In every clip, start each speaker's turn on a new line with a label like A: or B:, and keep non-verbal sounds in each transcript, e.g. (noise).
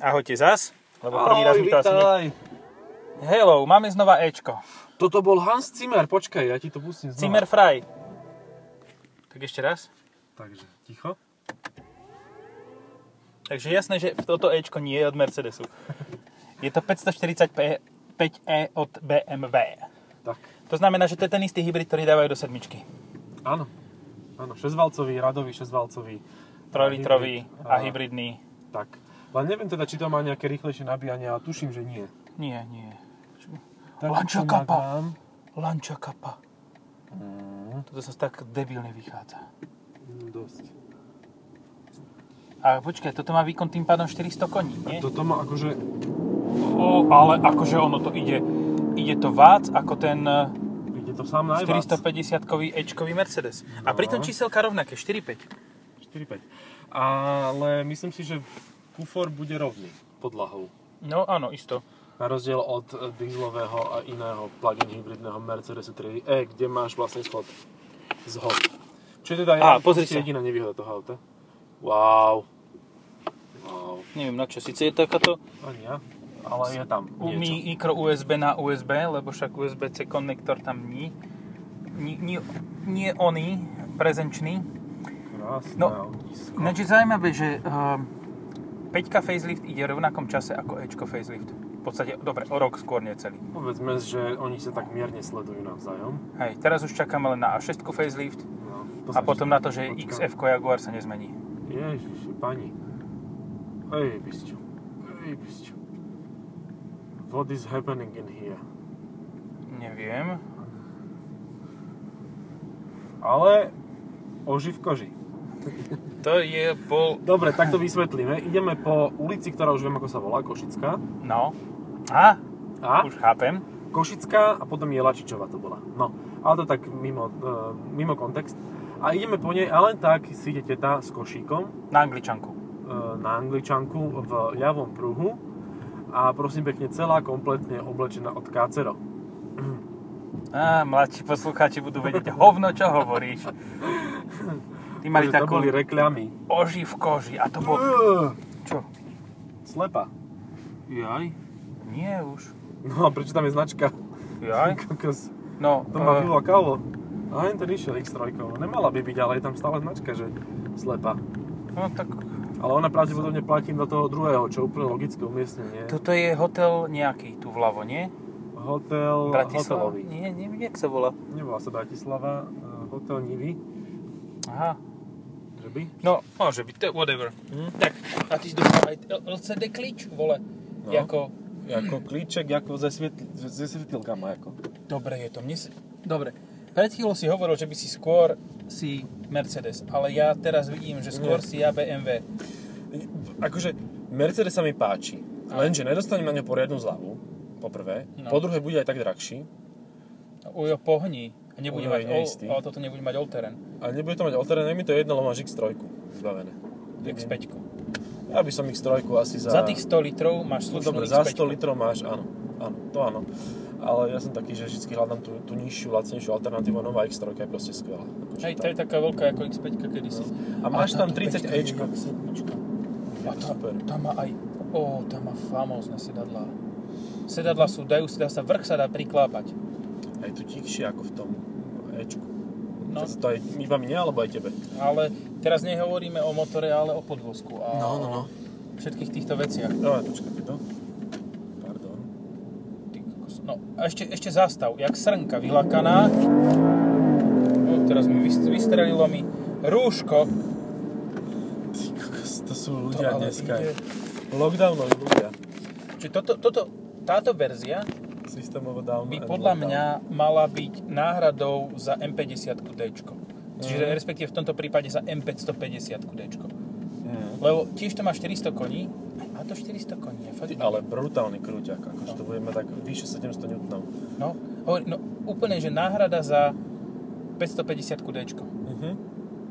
A: Ahojte zas, lebo No, prvý raz
B: Ahoj,
A: mi to asi... Ne...
B: vitaj.
A: Hello, máme znova Ečko.
B: Toto bol Hans Zimmer, počkaj, ja ti to pustím znova.
A: Zimmer Fry. Tak ešte raz.
B: Takže, ticho.
A: Takže jasné, že toto Ečko nie je od Mercedesu. Je to 545e E od BMW.
B: Tak,
A: To znamená, že to je ten istý hybrid, ktorý dávajú do sedmičky.
B: áno. Áno, šesťvalcový, radový šesťvalcový.
A: Trojlitrový a
B: A-
A: hybridný.
B: Tak. Len neviem teda, či to má nejaké rýchlejšie nabíjanie, ale tuším, že nie.
A: Nie, nie. Čo-
B: Tak
A: Lanča
B: to
A: kapa.
B: nadám.
A: Lancia Kappa. Toto sa tak debilne vychádza.
B: Mm, Dosť.
A: A počkaj, toto má výkon tým pádom 400 koní, nie?
B: Toto má akože...
A: O, ale akože ono to ide, ide to vác ako ten
B: Ide to sám
A: eh,
B: najvác.
A: 450-kový Ečkový Mercedes. A
B: No.
A: pritom číselka rovnaké, 4,5.
B: 4,5. Ale myslím si, že kufor bude rovný podlahou.
A: No áno, isto.
B: Na rozdiel od e, dieselového a iného plug-in hybridného Mercedesu 3E, kde máš vlastne schod. Zhod. Čo je teda
A: Á,
B: ja,
A: pozri sa.
B: jediná nevýhoda toho auta. Wow. Wow.
A: Neviem na čo, síce je takáto
B: Ani ja. Ale je tam
A: u- mi-
B: niečo.
A: mikro USB na USB, lebo však USB-C konektor tam nie. Nie, nie, nie oný, prezenčný.
B: Krásne
A: No,
B: autísko.
A: Ináč je zaujímavé, že um, 5 facelift ide v rovnakom čase ako Ečko facelift. V podstate, dobre, o rok skôr necelý.
B: Povedzme, že oni sa tak mierne sledujú navzájom.
A: Hej, teraz už čakáme len na A6 facelift
B: No,
A: a potom na to, že
B: Počkaj.
A: XF Jaguar sa nezmení.
B: Ježiši, pani. Ej, bisťu. Ej, bisťu. What is happening in here?
A: Neviem.
B: Ale oži v koži.
A: To je bol...
B: Dobre, tak to vysvetlíme. Ideme po ulici, ktorá už viem, ako sa volá, Košická.
A: No. A,
B: A?
A: už chápem.
B: Košická a potom je Lačičová to bola. No, ale to tak mimo, e, mimo kontext. A ideme po nej, ale tak si ide teta s košíkom
A: Na angličanku.
B: e, na angličanku v ľavom pruhu a prosím pekne celá kompletne oblečená od kácero.
A: Á, mladší poslucháči budú vedieť hovno, čo hovoríš. Ty mali
B: Takže to
A: takú
B: boli reklamy.
A: oži v koži a to bol... Čo?
B: Slepa. Jaj.
A: Nie už.
B: No a prečo tam je značka?
A: Jaj?
B: (laughs) Kokos.
A: No,
B: To má
A: eh,
B: Vilo Kalo. A len ten išiel X3. No, Nemala by byť, ale je tam stále značka, že slepa.
A: no tak...
B: Ale ona pravdepodobne platí do toho druhého, čo je úplne logické umiestnenie.
A: Toto je hotel nejaký tu vľavo, nie?
B: Hotel
A: Bratislava?
B: Hotelový.
A: Nie, neviem, jak sa volá.
B: Nevolá sa Bratislava, e, hotel Nivy,
A: Aha.
B: že by?
A: No, môže byť, to je whatever. Tak, a ty si dostal aj L- LCD klíč, vole.
B: No.
A: Jako,
B: Jako klíček, ako ze, svetl- ze svetilkama, ako.
A: dobre je to, mne si... Dobre, pred chvíľou si hovoril, že by si skôr si Mercedes, ale ja teraz vidím, že skôr
B: Nie.
A: si ja BMW.
C: akože Mercedes sa mi páči, lenže nedostanem na ňo poriadnu zľavu, po prvé.
A: No.
C: Po druhé, bude aj tak drahší,
A: Ujo, pohni. A nebude
C: Ujo,
A: mať,
C: je
A: all,
C: neistý.
A: ale toto nebude mať all terrain.
C: ale nebude to mať alterné, mi to je jedno, lebo máš X3 vybavené.
A: X5.
C: Ja by som X3 asi za...
A: Za tých 100 litrov máš
C: no,
A: slušnú
C: dobre,
A: X5.
C: za 100 litrov máš, áno, áno, to áno. Ale ja som taký, že vždy hľadám tú, tú nižšiu, lacnejšiu alternatívu, nová X3 je proste skvelá. Akože
A: Hej, to
C: tá-
A: je taká veľká ako X5 kedysi.
C: No. A máš tam
A: táto
C: 30
A: peťka je
C: Ečko.
A: jak sedmička.
C: Je
A: A
C: to
A: tá,
C: super.
A: tá má aj... Ó, tá má famózne sedadlá. Sedadla sú, dajú si, dá sa vrch sa dá priklápať.
C: Aj tu tichšie ako v tom Ečku.
A: No,
C: No. To je iba mne, alebo aj tebe?
A: ale teraz nehovoríme o motore, ale o podvozku a
C: no.
A: o všetkých týchto veciach.
C: No, počkajte to. Pardon.
A: Ty kokos. No, a ešte, ešte zastav, jak srnka vylakaná. O, teraz mi vys- vystrelilo mi rúško.
C: Ty kokos, to sú
A: To
C: ľudia
A: ale
C: dneska.
A: ide.
C: Lockdownoví ľudia.
A: Čiže toto, toto, táto verzia
C: Systémovo down.
A: by
C: and
A: podľa
C: lockdown.
A: mňa mala byť náhradou za M50D. Čiže
C: Mhm.
A: respektíve v tomto prípade za M550D.
C: Mm.
A: Lebo tiež to má 400 koní. A to 400 koní je fakt.
C: Ty, ale brutálny krúťak, akože to budeme tak vyše 700 N.
A: No, hovorí, no úplne, že náhrada za 550 D.
C: Mhm.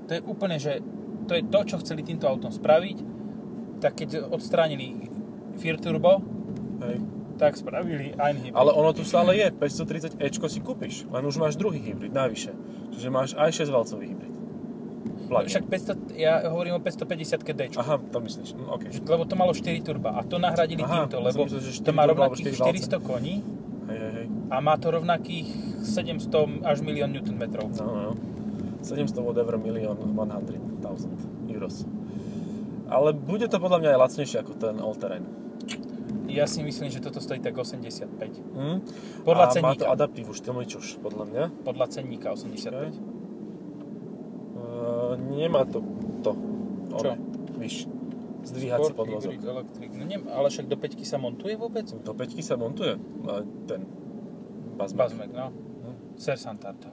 A: To je úplne, že to je to, čo chceli týmto autom spraviť. Tak keď odstránili Fear Turbo,
C: Hej.
A: tak spravili Einhybrid.
C: Ale ono tu stále je, 530 Ečko si kúpiš, len už máš druhý hybrid, navyše. Čiže máš aj 6-valcový hybrid.
B: plug-in.
A: Však 500, ja hovorím o 550 D.
B: Aha, to myslíš, no okej.
A: Lebo to malo 4 turba a to nahradili
B: Aha,
A: týmto,
B: som
A: lebo
B: myslel, že
A: to
B: 4
A: má
B: turbo alebo
A: rovnakých
B: 420.
A: 400 koní
B: Hej, hej, hej.
A: a má to rovnakých 700 až milión Nm.
B: No, no. 700 whatever milión 100 thousand euros. Ale bude to podľa mňa aj lacnejšie ako ten all-terrain.
A: Ja si myslím, že toto stojí tak 85.
B: Hm?
A: Mhm. Podľa
B: A má to
A: cenníka.
B: adaptív už tlmičuš, podľa mňa.
A: Podľa cenníka 85.
B: Uh, nemá to to.
A: Čo?
B: Ono, Víš, zdvíhací
A: Sport,
B: podvozok. Hm.
A: hybrid, elektrik. No nem, ale však do 5 sa montuje vôbec?
B: Do peťky sa montuje e, ten bazmak.
A: Bazmek, no.
B: Hm.
A: Ser Santarto.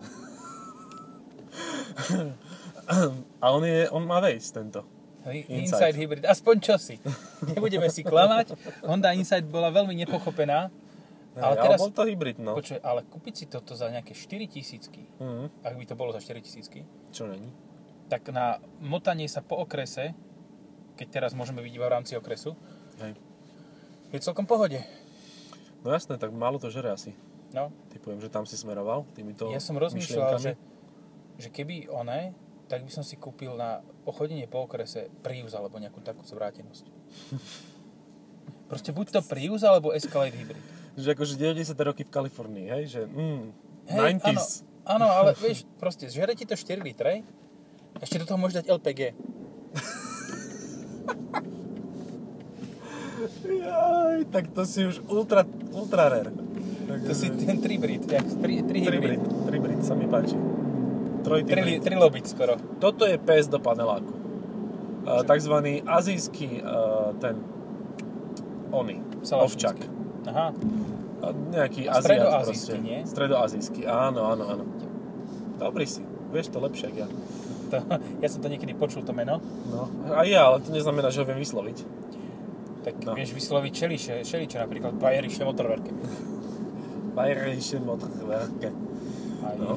B: A on, je, on má vejsť tento.
A: Hej,
B: Inside.
A: Inside Hybrid, aspoň čosi. Nebudeme si klamať. Honda Inside bola veľmi nepochopená. Ale
B: Hej,
A: teraz,
B: bol to hybrid, no.
A: počuj, ale kúpiť si toto za nejaké 4 tisícky,
B: Mhm.
A: ak by to bolo za 4 tisícky,
B: Čo není?
A: tak na motanie sa po okrese, keď teraz môžeme byť iba v rámci okresu,
B: Hej.
A: je celkom pohode.
B: No jasné, tak málo to žere asi.
A: No,
B: Typujem, že tam si smeroval týmito
A: ja som rozmýšľal,
B: myšlienkami.
A: že, že keby oné, tak by som si kúpil na pochodenie po okrese Prius alebo nejakú takú
B: (laughs)
A: zvrátenosť. Proste buď to Prius alebo Escalade Hybrid.
B: Že akože 90. roky v Kalifornii, hej? Že mm,
A: Hej,
B: 90s.
A: Áno, áno, ale vieš, proste zžere ti to 4 litre, ešte do toho môžeš dať LPG.
B: Jaj, tak to si už ultra, ultra rare. Tak, eh,
A: To si ten tribrid, jak tri, tri hybrid.
B: Tribrid, tribrid sa mi páči.
A: Tri,
B: Trojtribrid.
A: li- tri lobiť skoro.
B: Toto je pes do paneláku. E, takzvaný azijský e, ten ony,
A: Salašnícky.
B: ovčak.
A: Aha,
B: E, nejaký
A: A
B: Aziat
A: stredoazijský,
B: proste.
A: nie?
B: Stredoazijský, áno, áno, áno. Dobrý si, vieš to lepšie ako ja.
A: to, (laughs) ja som to niekedy počul to meno.
B: No. A ja, ale to neznamená, že ho viem vysloviť.
A: Tak no.
B: No.
A: vieš vysloviť čeliče, čeliče napríklad, bajerische motorwerke.
B: Bayerische Motorwerke.
A: Aj no.
B: No.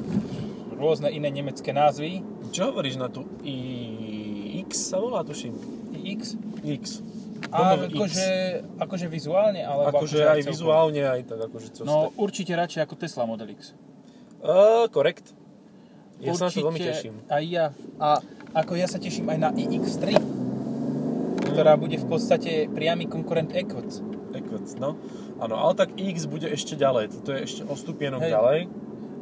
A: rôzne iné nemecké názvy.
B: Čo hovoríš na tú I... X sa volá, tuším.
A: X.
B: X.
A: A
B: Dobre, No, X.
A: akože, akože vizuálne, alebo
B: Akože aj
A: celkovo.
B: vizuálne, aj tak akože čo
A: No určite radšej ako Tesla Model X.
B: Uh, korekt. Ja sa na to veľmi teším.
A: Aj ja. A ako ja sa teším aj na iX3,
B: Mm.
A: ktorá bude v podstate priamy konkurent Equus.
B: Equets, no. Áno, ale tak X bude ešte ďalej. Toto je ešte o stupienok
A: Hej.
B: ďalej.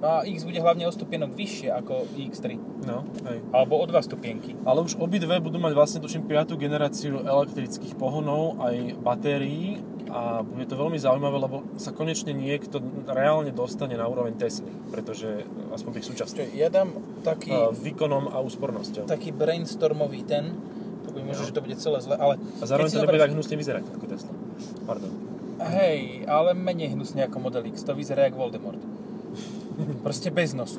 A: No A X bude hlavne o stupienok vyššie ako iX3.
B: No, hej.
A: Alebo o dva stupienky.
B: Ale už obidve budú mať vlastne tuším 5. generáciu elektrických pohonov, aj batérií a bude to veľmi zaujímavé, lebo sa konečne niekto reálne dostane na úroveň Tesly, pretože aspoň tých súčasných.
A: ja dám taký,
B: Uh, výkonom a úspornosťou.
A: taký brainstormový ten, to by možno, že to bude celé zle, ale...
B: A zároveň
A: keď si
B: to nebude
A: zoberieš-
B: tak hnusne vyzerať ako Tesla. Pardon.
A: Hej, ale menej hnusne ako Model X, to vyzerá jak
B: (laughs)
A: Voldemort. Proste bez nosu.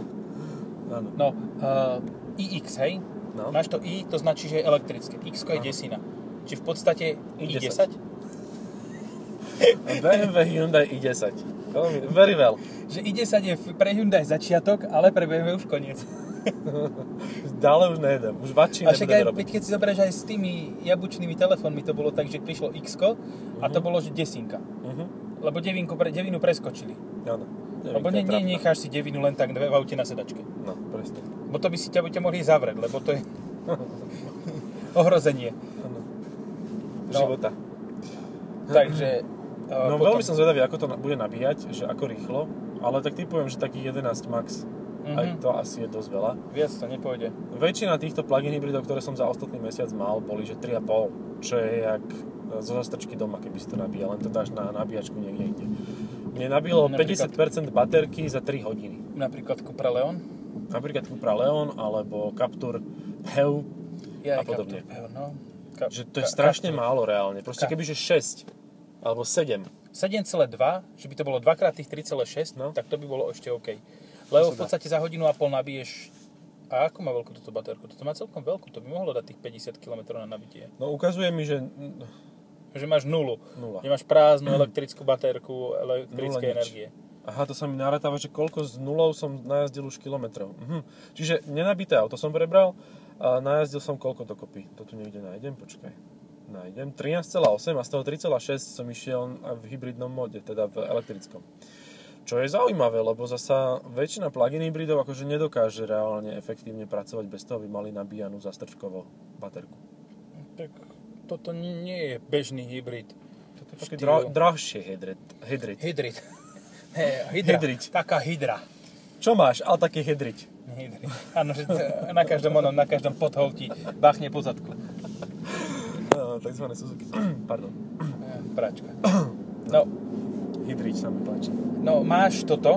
B: Áno.
A: No, uh, iX, hej?
B: No.
A: Máš to i, to značí, že je elektrické. X je
B: Áno.
A: desina. Čiže v podstate
B: I10.
A: i10.
B: BMW Hyundai i10. Veľmi, very well.
A: Že i10 je f- pre Hyundai začiatok, ale pre BMW už
B: (laughs)
A: koniec.
B: Dále už nejdem. Už vačí
A: A však aj,
B: nebudeme robiť.
A: veď keď si zoberieš aj s tými jabučnými telefónmi, to bolo tak, že prišlo x a to bolo, že desinka.
B: Mhm.
A: Lebo devinku pre, devinu preskočili.
B: Áno. Neviem,
A: Lebo
B: to je
A: ne,
B: pravda.
A: ne, necháš si devinu len tak v aute na sedačke.
B: No, presne.
A: Bo to by si ťa, by ťa mohli zavrieť, lebo
B: (laughs)
A: to je ohrozenie.
B: Áno.
A: No.
B: Života.
A: Takže... e,
B: No
A: potom-
B: veľmi som zvedavý, ako to na- bude nabíjať, že ako rýchlo, ale tak typujem, že takých 11 max.
A: Mhm.
B: Aj to asi je dosť veľa.
A: Viac to nepôjde.
B: Väčšina týchto plug-in hybridov, ktoré som za ostatný mesiac mal, boli že 3,5, čo je jak e, zo zastrčky doma, keby si to nabíjal, len to dáš na nabíjačku niekde inde. Mne nabíjalo
A: Mhm, Napríklad-
B: 50% baterky za 3 hodiny.
A: Napríklad Cupra Leon.
B: Napríklad Cupra Leon alebo Captur Heu,
A: Ja
B: A
A: aj
B: podobne.
A: Captur, no. Ka-
B: že to je
A: ka-
B: strašne
A: Captur.
B: málo reálne. Proste
A: Ka-
B: kebyže 6 alebo 7,
A: 7,2, že by to bolo dvakrát tých 3,6, no.
B: No.
A: tak to by bolo ešte OK. Lebo
B: sa
A: v
B: dá.
A: podstate za hodinu a pol nabiješ a ako má veľkú túto baterku? Toto má celkom veľkú, to by mohlo dať tých 50 km na nabitie.
B: no ukazuje mi, že
A: Že máš nulu,
B: Nula.
A: že máš prázdnu elektrickú baterku elektrickej
B: Nula nič.
A: energie.
B: Aha, to sa mi narátava, že koľko z nulou som najazdil už kilometrov. Mhm. Čiže nenabité auto som prebral a najazdil som koľko dokopy. To tu niekde nájdem, počkaj. Nájdem. 13,8 a z toho 3,6 som išiel v hybridnom mode, teda v elektrickom.
C: Čo je zaujímavé, lebo zasa väčšina plug-in hybridov akože nedokáže reálne efektívne pracovať bez toho, aby mali nabíjanú zastrčkovo baterku.
A: Tak toto ni- nie je bežný hybrid. Toto je
C: Také
A: štýl-
C: dra- drahšie hedret, hedrit.
A: Hydrid. (laughs) Ne, hydra.
C: Hydrid.
A: Taká hydra.
C: Čo máš? Ale také hedrit.
A: Hydrid. Áno, že to, na každom onom, na každom potholti bachne po zadku.
C: Takzvané Suzuki. (clears throat) Pardon.
A: Eh, Pračka. No,
C: Hydrit sa mi páči.
A: no máš toto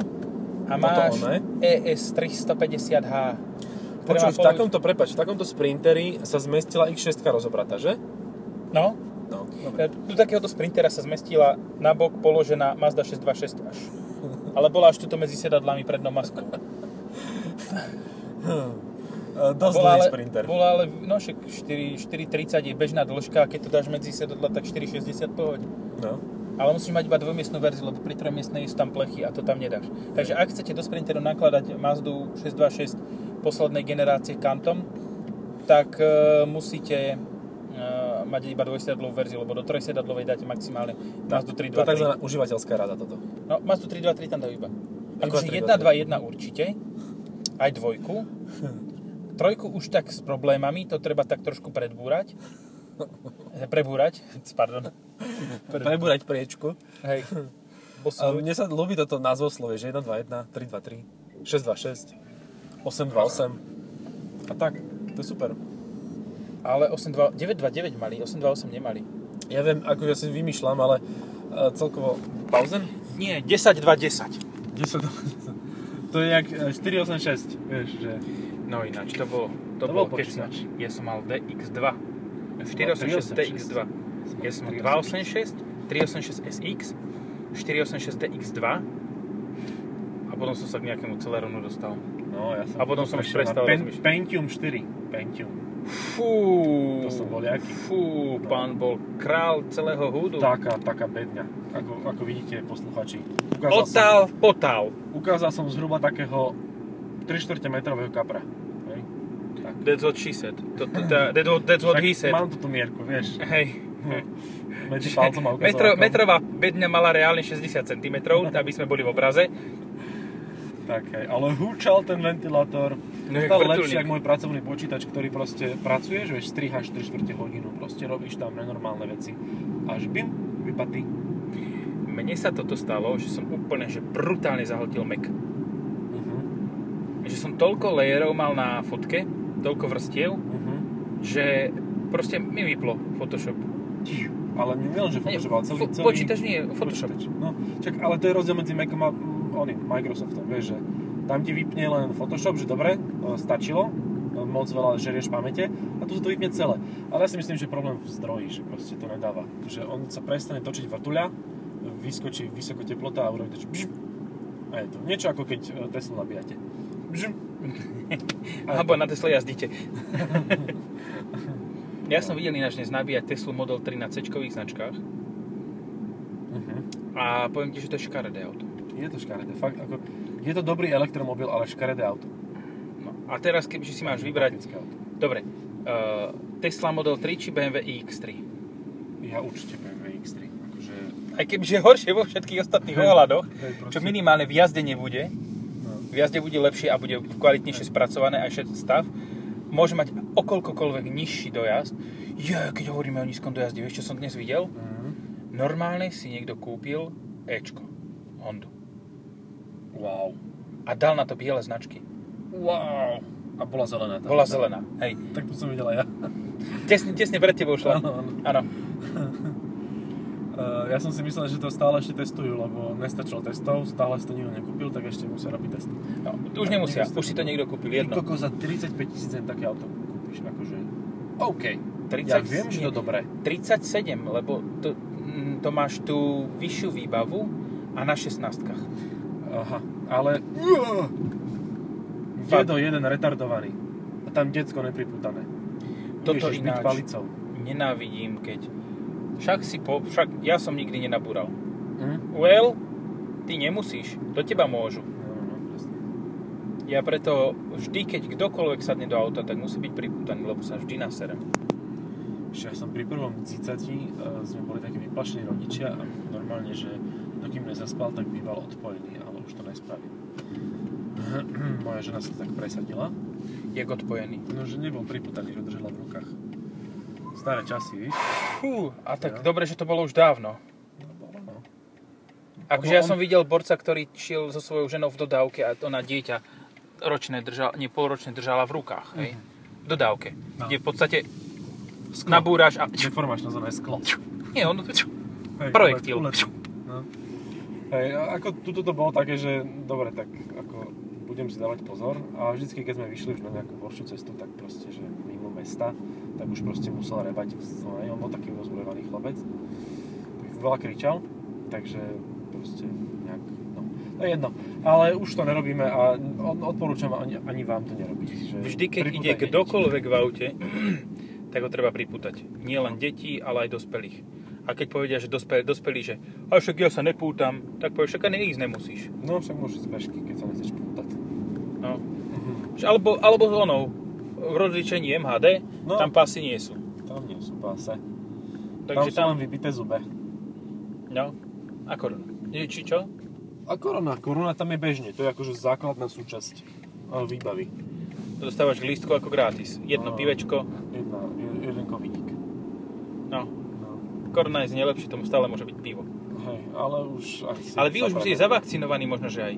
A: a máš E
C: oné.
A: ES 350H. ktoré má
C: Počuj, v
A: polovič-
C: takomto, prepač, v takomto sprinteri sa zmestila X6 rozobratá, že?
A: No,
C: No, dobre.
A: E, Do takéhoto sprintera sa zmestila na bok položená Mazda 626 až. Ale bola až tuto medzi sedadlami prednou maskou.
C: (laughs) Dosť
A: Bola
C: dlhý
A: ale,
C: sprinter.
A: bola ale, no však 4, 4,30 je bežná dĺžka a keď to dáš medzi sedadla, tak 4,60 pohoď.
C: No.
A: Ale musíš mať iba dvojmiestnú verziu, lebo pri trojmiestnej sú tam plechy a to tam nedáš. Takže ak chcete do sprinteru nakladať Mazdu 626 poslednej generácie kantom, tak e, musíte e, mať iba dvojsedadlovú verziu, lebo do trojsedadlovej dáte maximálne Mazdu
C: To je
A: 323.
C: takzvaná užívateľská rada toto.
A: No, Mazdu 323 tam dajú iba. Akože
C: 323.
A: 1, 2, 1 určite, aj dvojku. Trojku už tak s problémami, to treba tak trošku predbúrať.
C: (laughs)
A: Eh, Prebúrať, (laughs) pardon.
C: Prebúrať priečku.
A: Hej.
C: A
A: Posúť.
C: Mne sa ľúbi toto názvoslovie, že 121, 323, 626, 828 a tak. To je super.
A: Ale 8.2 929 mali, 828 nemali.
C: Ja viem, ako ja si vymýšľam, ale e, celkovo... Pauzen?
A: Nie, 10.2.10.
B: 10 (laughs) To je jak e, 486, vieš, že...
A: No ináč, to bolo, to,
B: To
A: bolo
B: bol počítač.
A: kecnač. Ja som mal DX2. 486
B: 486
A: DX2. Ja som mal 286, 386 SX, 486 DX2 a potom som sa k nejakému Celeronu dostal.
B: No, ja som...
A: A potom som už
B: prešiel
A: prestal
B: na Pen-
A: rozmýšľať.
B: Pentium 4. Pentium.
A: Fú,
B: To som bol jaký.
A: Fú, pán bol král celého hudu.
B: Taká, taká bedňa. Ako, ako vidíte, posluchači. Ukázal som,
A: Otal, potal.
B: ukázal som zhruba takého 3 čtvrte metrového kapra. Hej.
A: That's what she said. To, to, to, that what- that's what
B: Však
A: he said.
B: Mám tu tú mierku, vieš.
A: Hej.
B: Medzi palcom a
A: Metro,
B: ukazovateľom.
A: metrová bedňa mala reálne 60 cm,
B: (laughs)
A: aby sme boli v obraze.
B: Tak, hej. Ale húčal ten ventilátor.
A: No, jak
B: Stále
A: vrtuľník.
B: lepšie, ako môj pracovný počítač, ktorý proste pracuješ, vieš, strihaš 3 čtvrte hodinu, proste robíš tam nenormálne veci. Až bim, vypatí.
A: Mne sa toto stalo, že som úplne že brutálne zahltil Mac.
B: Uh-huh,
A: Že som toľko layerov mal na fotke, toľko vrstiev,
B: uh-huh.
A: že proste mi vyplo Photoshop.
B: Ale nie že Photoshop, ale celý,
A: fo-
B: celý...
A: Počítač nie, Photoshop.
B: počítač. No, čak, ale to je rozdiel medzi Macom a mm, oným, Microsoftom, vieš, že tam ti vypne len Photoshop, že dobre, e, stačilo, e, moc veľa žerieš pamäte a tu sa to vypne celé. Ale ja si myslím, že problém v zdroji, že proste to nedáva. Že on sa prestane točiť vrtuľa, vyskočí vysoko teplota a urobí to, že bžum. A je to niečo ako keď e, Teslu nabíjate. Bžum. (laughs) A
A: (laughs)
B: je
A: Alebo
B: to.
A: na Tesla
B: (laughs)
A: jazdíte. ja som videl ináč dnes nabíjať Teslu Model 3 na C-čkových značkách
B: Mhm.
A: a poviem ti, že to je škaredé auto.
B: Je to škaredé, fakt, ako, je to dobrý elektromobil, ale škaredé auto.
A: No. A teraz, kebyže si máš vybrať
B: Praktické auto.
A: Dobre, uh, Tesla Model 3 či BMW iX3?
B: Ja určite BMW X3, akože
A: Aj kebyže horšie vo všetkých ostatných
B: Hm.
A: ohľadoch,
B: To je proste- No.
A: čo minimálne v jazde nebude, v jazde bude lepšie a bude
B: Hm.
A: kvalitnejšie spracované aj všetký stav, môže mať okolkokoľvek nižší dojazd. Je, keď hovoríme o nízkom dojazde, vieš čo som dnes videl? Normálne si niekto kúpil Ečko, Hondu.
B: Wow.
A: A dal na to biele značky.
B: Wow. A bola zelená tá.
A: Bola zelená. Hej.
B: Tak to som videl aj ja.
A: Tesne, tesne pred tebou šla.
B: Áno, áno.
A: Áno.
B: Uh, ja som si myslel, že to stále ešte testujú, lebo nestačilo testov, stále si to nikto nekúpil, tak ešte musia robiť testy.
A: No, už nemusia, už si to niekto kúpil, jedno.
B: Koľko za 35 tisíc jen také auto kúpiš, akože... OK.
A: 30
B: Ja viem, že to
A: nie.
B: dobré.
A: 37, lebo to, mm, to máš tú vyššiu výbavu a na 16.
B: Aha, ale...
A: Fakt.
B: Dedo jeden retardovaný. A tam decko nepriputané.
A: Toto
B: Ježiš, byť
A: ináč
B: palicou.
A: nenávidím, keď... Však si po... Však ja som nikdy nenabúral.
B: Hm?
A: Well, ty nemusíš, do teba môžu.
B: No, no, presne.
A: Ja preto vždy, keď kdokoľvek sadne do auta, tak musí byť priputaný, lebo sa vždy naserem.
B: Ešte ja som pri prvom cicati, e, sme boli takí vyplašení rodičia a normálne, že Dokým nezaspal, tak býval odpojený, ale už to nespravil. (clears throat) Moja žena sa tak presadila,
A: Jak odpojený.
B: no že nebol priputaný, že ho držala v rukách. Staré časy, víš?
A: Fú, a tak
B: Jo.
A: dobre, že to bolo už dávno.
B: No, bolo, no.
A: Akože
B: Lebo
A: ja
B: on-
A: som videl borca, ktorý šiel so svojou ženou v dodávke a ona dieťa ročné držala, nie polročné držala v rukách, hej. V dodávke.
B: No.
A: Kde v podstate
B: Sklo.
A: nabúraš a...
B: Deformačná zóna je sklo.
A: (laughs) Nie, on...
B: Hej,
A: Projektil.
B: ulet- ulet- No. Hej, a ako tuto to bolo také, že dobre, tak ako budem si dávať pozor a vždycky, keď sme vyšli už na nejakú horšiu cestu, tak proste, že mimo mesta, tak už proste musel rebať v zóne. On bol taký rozbrojevaný chlapec, tak veľa kričal, takže proste nejak, no, to je jedno. Ale už to nerobíme a od- odporúčam ani, ani vám to nerobiť. Že
A: Vždy, keď
B: pripútaj
A: ide
B: hneď.
A: kdokoľvek v aute, (clears throat) tak ho treba pripútať. Nie len deti, ale aj dospelých. A keď povedia, že dospelí, dospelí že a však ja sa nepútam, tak povieš, však ani ísť nemusíš.
B: No, však môžeš ísť z bežky, keď sa nechceš pútať.
A: No. Že Alebo, alebo s onou, v rozličení MHD,
B: No.
A: tam pasy nie sú.
B: Tam nie sú páse.
A: Takže
B: tam sú
A: tam,
B: len vybité zube.
A: no, a koruna. Nie, Či čo?
B: A korona, korona tam je bežne, to je akože základná súčasť e, výbavy.
A: Dostávaš lístko ako gratis. Jedno
B: No.
A: pivečko,
B: Jedna, je- jeden covidík.
A: no.
B: No.
A: Korona je z najlepšie, tomu stále môže byť pivo.
B: Hej, ale už... Ak si
A: Ale vy už musíte
B: zapravení-
A: zavakcinovaní možno, že aj.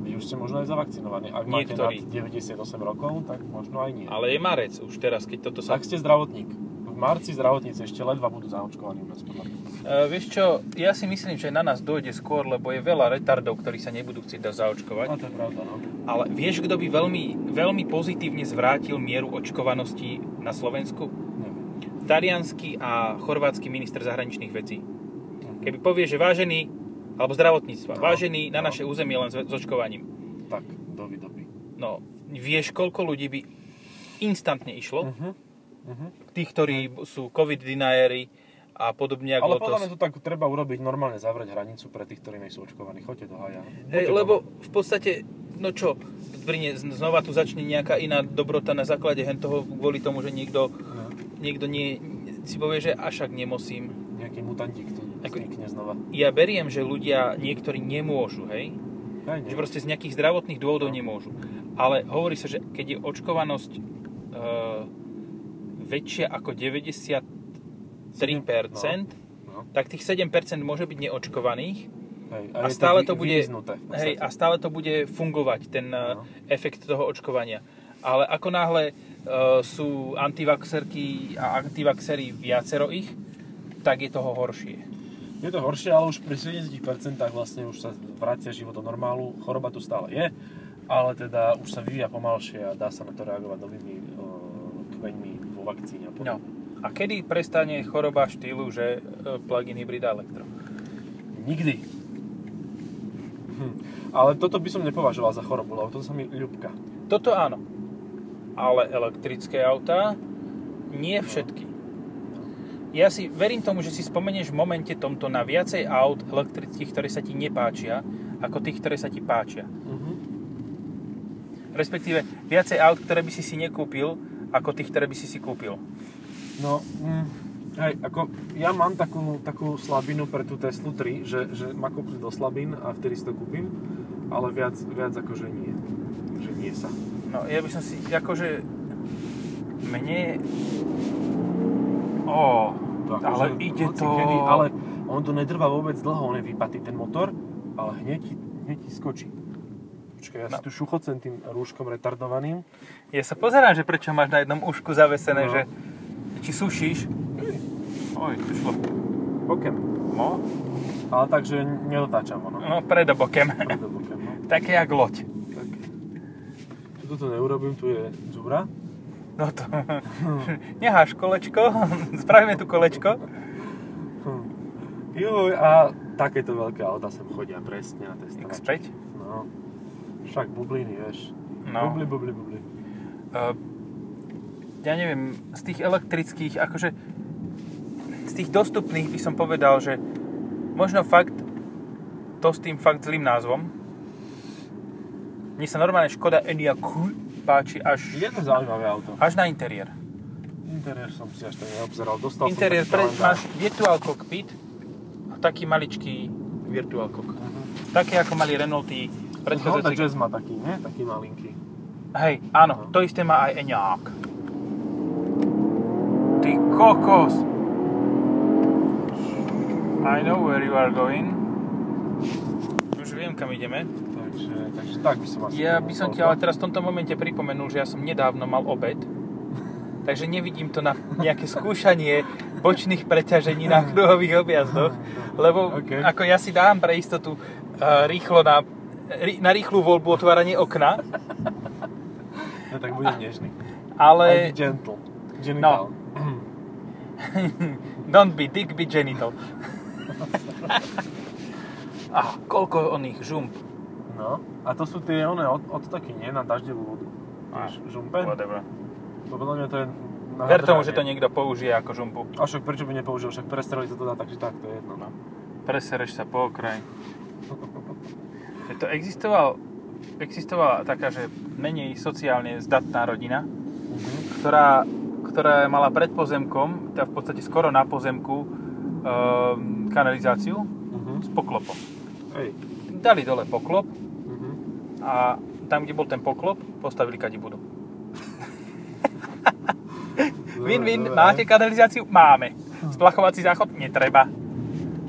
B: Vy už ste možno aj zavakcinovaní. Ak
A: Niektorí.
B: máte nad 98 rokov, tak možno aj nie.
A: Ale je marec už teraz, keď toto sa...
B: Ak ste zdravotník, v marci zdravotníci ešte ledva budú zaočkovaní u nás podľa mňa.
A: E, vieš čo, ja si myslím, že na nás dojde skôr, lebo je veľa retardov, ktorí sa nebudú chcieť dať zaočkovať.
B: No to je pravda, no.
A: Ale vieš, kto by veľmi, veľmi pozitívne zvrátil mieru očkovanosti na Slovensku?
B: Neviem.
A: Talianský a chorvátsky minister zahraničných vecí. Keby povie, že vážený, alebo zdravotníctva,
B: No,
A: vážený na
B: no.
A: naše územie len s, s očkovaním.
B: Tak, doby, doby.
A: No, vieš, koľko ľudí by instantne išlo?
B: Mhm. Mhm.
A: Tých, ktorí b- sú covid deniery a podobne ako
B: Ale podľa
A: Lotos.
B: mňa to tak treba urobiť normálne, zavrieť hranicu pre tých, ktorí nie sú očkovaní. Choďte do haja.
A: Hej,
B: Choďte
A: lebo v podstate, no čo, prine, znova tu začne nejaká iná dobrota na základe hen toho kvôli tomu, že niekto,
B: do- No.
A: niekto nie, si povie, že ašak nemusím.
B: nejaký mutantík tu
A: Ako-
B: vznikne znova.
A: Ja beriem, že ľudia niektorí nemôžu, hej?
B: Hej,
A: Že proste z nejakých zdravotných dôvodov nemôžu. Ale hovorí sa, že keď je očkovanosť e, väčšia ako 93%,
B: No.
A: tak tých 7% môže byť neočkovaných
B: hej,
A: a stále
B: vy-
A: to bude-
B: vyhryznuté v
A: Hej,
B: podstate.
A: a stále to bude fungovať, ten no.
B: No.
A: efekt toho očkovania. Ale ako náhle e, sú antivaxerky a antivaxery viacero ich, tak je toho horšie.
B: Je to horšie, ale už pri 70% vlastne už sa vracia život do normálu. Choroba tu stále je, ale teda už sa vyvíja pomalšie a dá sa na to reagovať novými eh, kmeňmi vo vakcíne. a
A: No.
B: podobne.
A: A kedy prestane choroba štýlu, že e, plug-in hybrida elektro?
B: Nikdy. Hm. Ale toto by som nepovažoval za chorobu, lebo toto sa mi ľúbka.
A: Toto áno. Ale elektrické autá nie všetky. Ja si verím tomu, že si spomenieš v momente tomto na viacej aut elektrických, ktoré sa ti nepáčia, ako tých, ktoré sa ti páčia. Mhm. respektíve viacej aut, ktoré by si si nekúpil, ako tých, ktoré by si si kúpil.
B: No, mm, hej, ako ja mám takú, takú slabinu pre tú Teslu 3, že, že ma kúpli do slabín a vtedy si to kúpim, ale viac, viac akože nie. Že nie sa.
A: No ja by som si, akože, mne... Ó,
B: akože
A: ale ide to...
B: hocikedy, ale on to nedrvá vôbec dlho, on je vypatý ten motor, ale hneď, ti- hneď ti skočí. Počkaj, ja si
A: No.
B: tu šuchocem tým rúškom retardovaným.
A: Ja sa pozerám, že prečo máš na jednom ušku zavesené,
B: No.
A: že či sušíš. Oj, to šlo.
B: Bokem.
A: No,
B: Ale takže nedotáčam ono.
A: (laughs) no predobokem.
B: Preto bokem, no.
A: Také jak loď.
B: Tak. Toto neurobím, tu je dzubra.
A: No to... (laughs) Neháš kolečko, (laughs) spravíme tu kolečko.
B: Hm. Juj, a takéto veľké auta sem chodia presne na testovačky.
A: X5?
B: No. Však bubliny, vieš.
A: No.
B: Bubli, bubli, bubli.
A: Eh, ja neviem, z tých elektrických, akože z tých dostupných by som povedal, že možno fakt to s tým fakt zlým názvom. Mne sa normálne Škoda Enyaq páči
B: Je
A: až,
B: to zaujímavé auto.
A: až na interiér.
B: Interiér som si až tak neobzeral. Dostal
A: Interiér, pre,
B: som taký kalendár.
A: máš virtual cockpit a taký maličký Virtual Cock. Také ako mali Renaulty
B: Honda
A: predchádzajúci...
B: Jazz má taký, nie? Taký malinký.
A: Hej, áno, to isté má aj Enyaq. Ty kokos! I know where you are going. Už viem, kam ideme.
B: Takže, takže tak by som asi...
A: Ja by som ti ale teraz v tomto momente pripomenul, že ja som nedávno mal obed, takže nevidím to na nejaké skúšanie bočných preťažení na kruhových objazdoch, lebo
B: OK.
A: ako ja si dám pre istotu eh, rýchlo na, ri- na rýchlu voľbu otváranie okna,
B: No, tak budem nežný.
A: Ah, ale
B: Ale... Gentle.
A: No.
B: Genital.
A: don't be dick, be genital. Ah, koľko oných žump.
B: (clears throat) No. A to sú tie oné od, odtoky, nie? Na daždevú vodu.
A: Á,
B: Vieš, Žumpen? No podľa mňa to je... na
A: Ver tomu,
B: nadranie.
A: že to niekto použije ako žumpu.
B: A však prečo by nepoužil? Však prestreli sa to dá, takže tak, to je jedno.
A: No. Presereš sa po okraj. Že To existoval, existovala taká, že menej sociálne zdatná rodina,
B: Mhm.
A: ktorá, ktorá mala pred pozemkom, teda v podstate skoro na pozemku, ehm, kanalizáciu
B: Mhm.
A: s poklopom.
B: Hej.
A: Dali dole poklop
B: Mhm.
A: a tam, kde bol ten poklop, postavili kadi budu.
B: Dobre,
A: Vin, vin,
B: dobre.
A: máte kanalizáciu? Máme. Splachovací záchod? Netreba.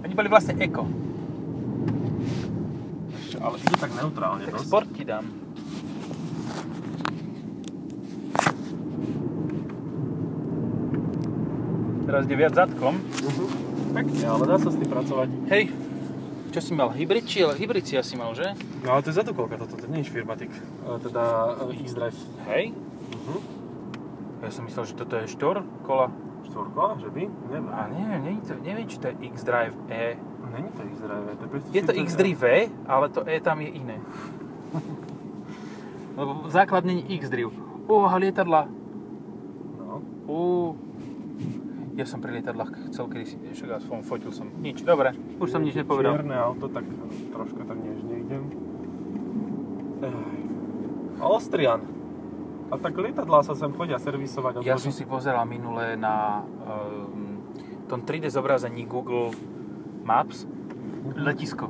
A: Oni boli vlastne eko.
B: Ale idú tak neutrálne.
A: Tak
B: dosť.
A: sport ti dám. Teraz ide viac zadkom.
B: Mhm. Pekne, ale dá sa s tým pracovať.
A: Hej, čo si mal? Hybrid či hybrid si asi mal, že?
B: No ale to je zadukovka toto, to nie je švirmatik. E, Teda e, X-Drive.
A: Hej.
B: Mhm.
A: Ja som myslel, že toto je štor kola.
B: Štvorko, že by? Neviem.
A: A neviem, neviem, to, neviem či to je X-Drive E.
B: Není to X-Drive, to je proste-
A: Je to X-Drive V, ale to E tam je (laughs) iné. Lebo základ není X-Drive. Ó, a lietadla.
B: No.
A: Uú. Ja som pri lietadlách chcel kedysi, však ja som fotil som. Nič, dobre, už som nič nepovedal.
B: Čierne auto, tak troška tak nežne idem. Ej. Austrian. A tak lietadlá sa sem chodia servisovať.
A: Ja
B: odložiť.
A: som si pozeral minulé na um, tom 3D zobrazení Google Maps letisko.